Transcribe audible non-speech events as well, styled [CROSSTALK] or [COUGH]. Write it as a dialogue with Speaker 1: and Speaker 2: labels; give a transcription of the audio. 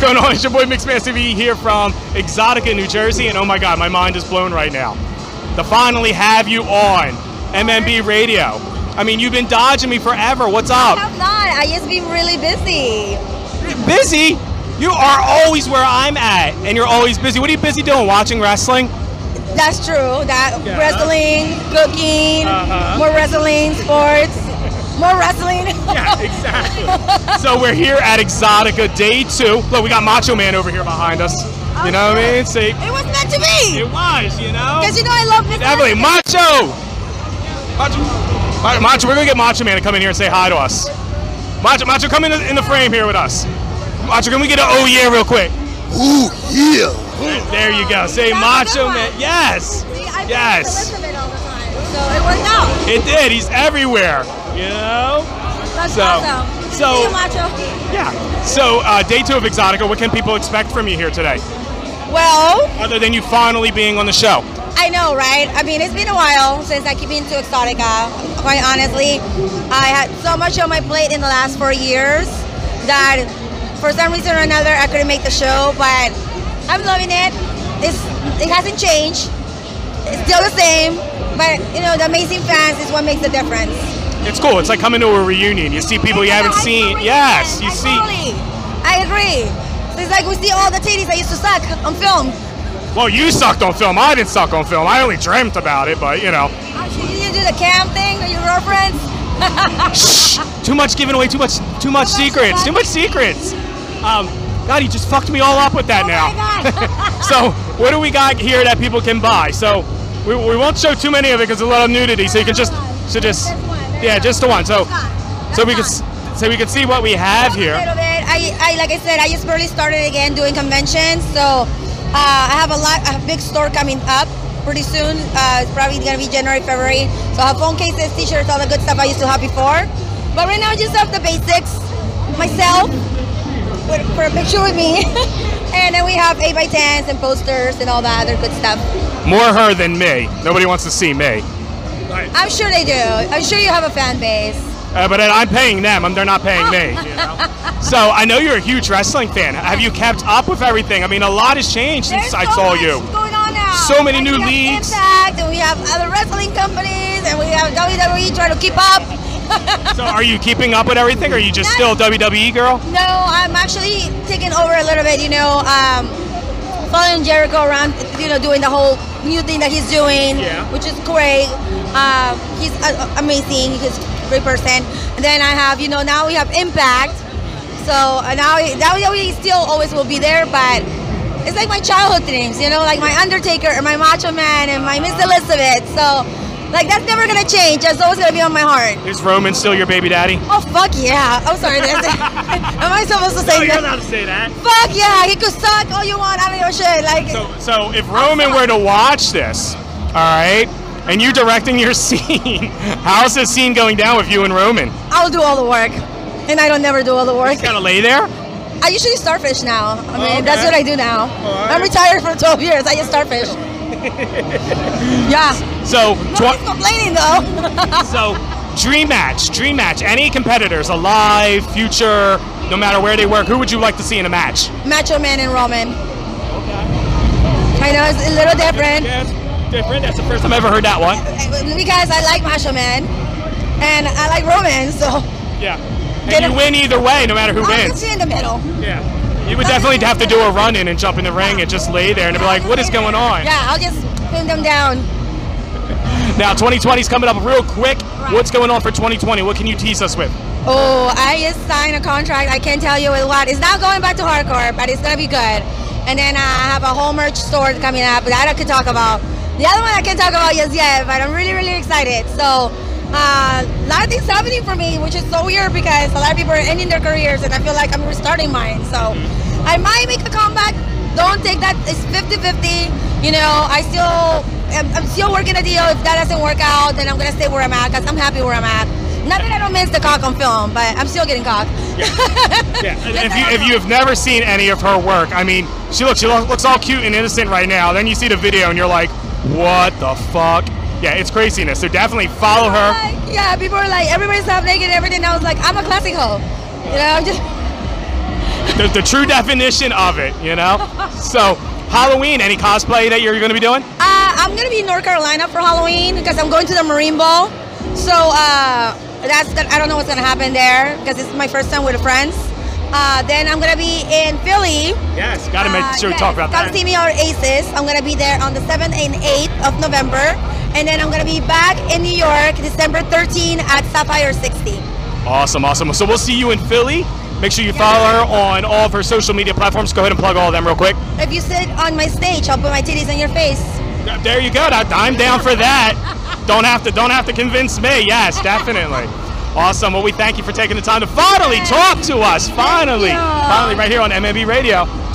Speaker 1: going on? It's your boy Mixman TV here from Exotica, New Jersey, and oh my god, my mind is blown right now. To finally have you on MMB Radio. I mean, you've been dodging me forever. What's
Speaker 2: I
Speaker 1: up?
Speaker 2: have not. I just been really busy.
Speaker 1: Busy? You are always where I'm at, and you're always busy. What are you busy doing? Watching wrestling?
Speaker 2: That's true. That
Speaker 1: Yeah.
Speaker 2: wrestling, cooking,
Speaker 1: Uh-huh.
Speaker 2: more wrestling, sports, more wrestling. [LAUGHS]
Speaker 1: Yeah, exactly. [LAUGHS] so we're here at Exotica Day 2. Look, we got Macho Man over here behind us. You know what I mean? See,
Speaker 2: it was meant to be.
Speaker 1: it was, you know?
Speaker 2: Because you know I love Miss
Speaker 1: Definitely,
Speaker 2: America.
Speaker 1: Macho! Macho! Ma- Macho, we're gonna get Macho Man to come in here and say hi to us. Macho, Macho, come in the, in the frame here with us. Macho, can we get an oh yeah real quick?
Speaker 3: Ooh, yeah.
Speaker 1: There you go. Say
Speaker 2: That's a
Speaker 1: Macho
Speaker 2: good
Speaker 1: Man.
Speaker 2: one.
Speaker 1: Yes!
Speaker 2: See, I get
Speaker 1: Yes!
Speaker 2: to listen to it all the time. So it worked out.
Speaker 1: It did. He's everywhere. You know?
Speaker 2: That's
Speaker 1: So-
Speaker 2: awesome. Good to
Speaker 1: so-
Speaker 2: see you, Macho.
Speaker 1: Yeah. So, uh, day two of Exotica, what can people expect from you here today?
Speaker 2: Well,
Speaker 1: Other than you finally being on the show.
Speaker 2: I know, right? I mean, it's been a while since I keep into Exotica. Quite honestly, I had so much on my plate in the last four years that for some reason or another I couldn't make the show, but I'm loving it. It's, it hasn't changed. It's still the same, but you know, the amazing fans is what makes the difference.
Speaker 1: It's cool. It's like coming to a reunion. You see people you
Speaker 2: I
Speaker 1: haven't
Speaker 2: know, I
Speaker 1: seen.
Speaker 2: totally
Speaker 1: Yes,
Speaker 2: get it.
Speaker 1: you
Speaker 2: I
Speaker 1: see.
Speaker 2: totally- I agree. So it's like we see all the titties that used to suck on film.
Speaker 1: Well, you sucked on film. I didn't suck on film. I only dreamt about it, but you know.
Speaker 2: You didn't do the cam thing with your girlfriends.
Speaker 1: Shh! Too much giving away. Too much. Too much secrets. Too much secrets. Um, God, you just fucked me all up with that
Speaker 2: Oh
Speaker 1: now.
Speaker 2: my
Speaker 1: [LAUGHS]
Speaker 2: God.
Speaker 1: so, what do we got here that people can buy? So, we, we won't show too many of it because a lot of nudity. So you can just, so just, yeah, just the one. So, so we can, s- so we can see what we have
Speaker 2: A
Speaker 1: here.
Speaker 2: little bit. I, I, like I said, I just barely started again doing conventions, so uh, I have a lot, a big store coming up pretty soon. Uh, it's probably gonna be January, February. So I have phone cases, t-shirts, all the good stuff I used to have before. But right now, I just have the basics, myself, with, for a picture with me, [LAUGHS] and then we have eight by tens and posters and all that other good stuff.
Speaker 1: More her than me. Nobody wants to see me.
Speaker 2: I'm sure they do. I'm sure you have a fan base.
Speaker 1: Uh, but I'm paying them, and they're not paying me. you know?
Speaker 2: [LAUGHS]
Speaker 1: so I know you're a huge wrestling fan. Have you kept up with everything? I mean, a lot has changed since
Speaker 2: There's
Speaker 1: I
Speaker 2: so
Speaker 1: saw
Speaker 2: much
Speaker 1: you.
Speaker 2: Going on now.
Speaker 1: So many new
Speaker 2: we have
Speaker 1: leagues.
Speaker 2: Impact, and we have other wrestling companies, and we have WWE trying to keep up.
Speaker 1: So are you keeping up with everything, or are you just still WWE E girl?
Speaker 2: No, I'm actually taking over a little bit. You know, um, following Jericho around. You know, doing the whole new thing that he's doing,
Speaker 1: Yeah.
Speaker 2: which is great. Um, he's uh, amazing. He's a great person. And then I have, you know, now we have Impact. So uh, now WWE still always will be there, but it's like my childhood dreams, you know, like my Undertaker and my Macho Man and my Miss Elizabeth. So, like that's never gonna change. That's always gonna be on my heart.
Speaker 1: Is Roman still your baby daddy?
Speaker 2: Oh fuck yeah! I'm sorry. [LAUGHS] that's- Am I supposed to
Speaker 1: Oh,
Speaker 2: say that?
Speaker 1: to say that.
Speaker 2: Fuck yeah! He could suck all you want. I don't give a shit. Like
Speaker 1: So, so if Roman were to watch this, all right, and you directing your [LAUGHS] scene, how's this scene going down with you and Roman?
Speaker 2: I'll do all the work, and I don't never do all the work.
Speaker 1: Just gotta lay there.
Speaker 2: I usually starfish now. I mean,
Speaker 1: Oh, okay. Oh,
Speaker 2: that's what I do now. I'm retired for 12 years. I
Speaker 1: [LAUGHS]
Speaker 2: just starfish. yeah.
Speaker 1: So,
Speaker 2: Nobody's
Speaker 1: tw-
Speaker 2: complaining though.
Speaker 1: So, dream match, dream match. Any competitors, alive, future, no matter where they work, who would you like to see in a match?
Speaker 2: Macho Man and Roman. I know it's a little different
Speaker 1: different. That's the first time I've ever heard that one.
Speaker 2: because I like Macho Man and I like Roman, so
Speaker 1: Yeah.
Speaker 2: Get
Speaker 1: And you
Speaker 2: it.
Speaker 1: win either way, no matter who
Speaker 2: I'm just
Speaker 1: wins.
Speaker 2: in the middle.
Speaker 1: Yeah. You would definitely have to do a run in and jump in the ring and just lay there and be like, what is going on?
Speaker 2: Yeah, I'll just pin them down.
Speaker 1: Now, 2020 is coming up real quick. What's going on for 2020? What can you tease us with?
Speaker 2: Oh, I just signed a contract. I can't tell you with what. It's not going back to hardcore, but it's gonna be good. And then uh, I have a whole merch store coming up that I could talk about. The other one I can't talk about just yet, but I'm really, really excited. So, uh, a lot of things happening for me, which is so weird because a lot of people are ending their careers, and I feel like I'm restarting mine. So, I might make a comeback. Don't take that. It's 50-50. You know, I still, I'm, I'm still working a deal. If that doesn't work out, then I'm gonna stay where I'm at because I'm happy where I'm at. Not that I don't miss the cock on film, but I'm still getting cock.
Speaker 1: Yeah. If you if you have never seen any of her work, I mean, she looks she lo- looks all cute and innocent right now. Then you see the video and you're like, what the fuck? Yeah, it's craziness. So definitely follow her.
Speaker 2: Like, yeah, people are like, everybody's half naked and everything. I was like, I'm a classic hoe. You know, I'm just.
Speaker 1: the, the true definition of it, you
Speaker 2: [LAUGHS]
Speaker 1: know? So, Halloween, any cosplay that you're going to be doing?
Speaker 2: Uh, I'm gonna be in North Carolina for Halloween because I'm going to the Marine Bowl. So uh, that's gonna, I don't know what's gonna happen there because it's my first time with friends. Uh, then I'm gonna be in Philly.
Speaker 1: Yes, got to make
Speaker 2: Uh,
Speaker 1: sure
Speaker 2: yes,
Speaker 1: we talk about
Speaker 2: Come
Speaker 1: that.
Speaker 2: see me on Aces. I'm gonna be there on the 7th and 8th of November, and then I'm gonna be back in New York December 13 at Sapphire 60.
Speaker 1: Awesome, awesome. So, we'll see you in Philly. Make sure you follow her on all of her social media platforms. Go ahead and plug all of them real quick.
Speaker 2: If you sit on my stage, I'll put my titties in your face.
Speaker 1: There you go. I- I'm down for that. Don't have to. Don't have to convince me. Yes, definitely. Awesome. Well, we thank you for taking the time to finally talk to us. Finally,
Speaker 2: you.
Speaker 1: finally, right here on MMB Radio.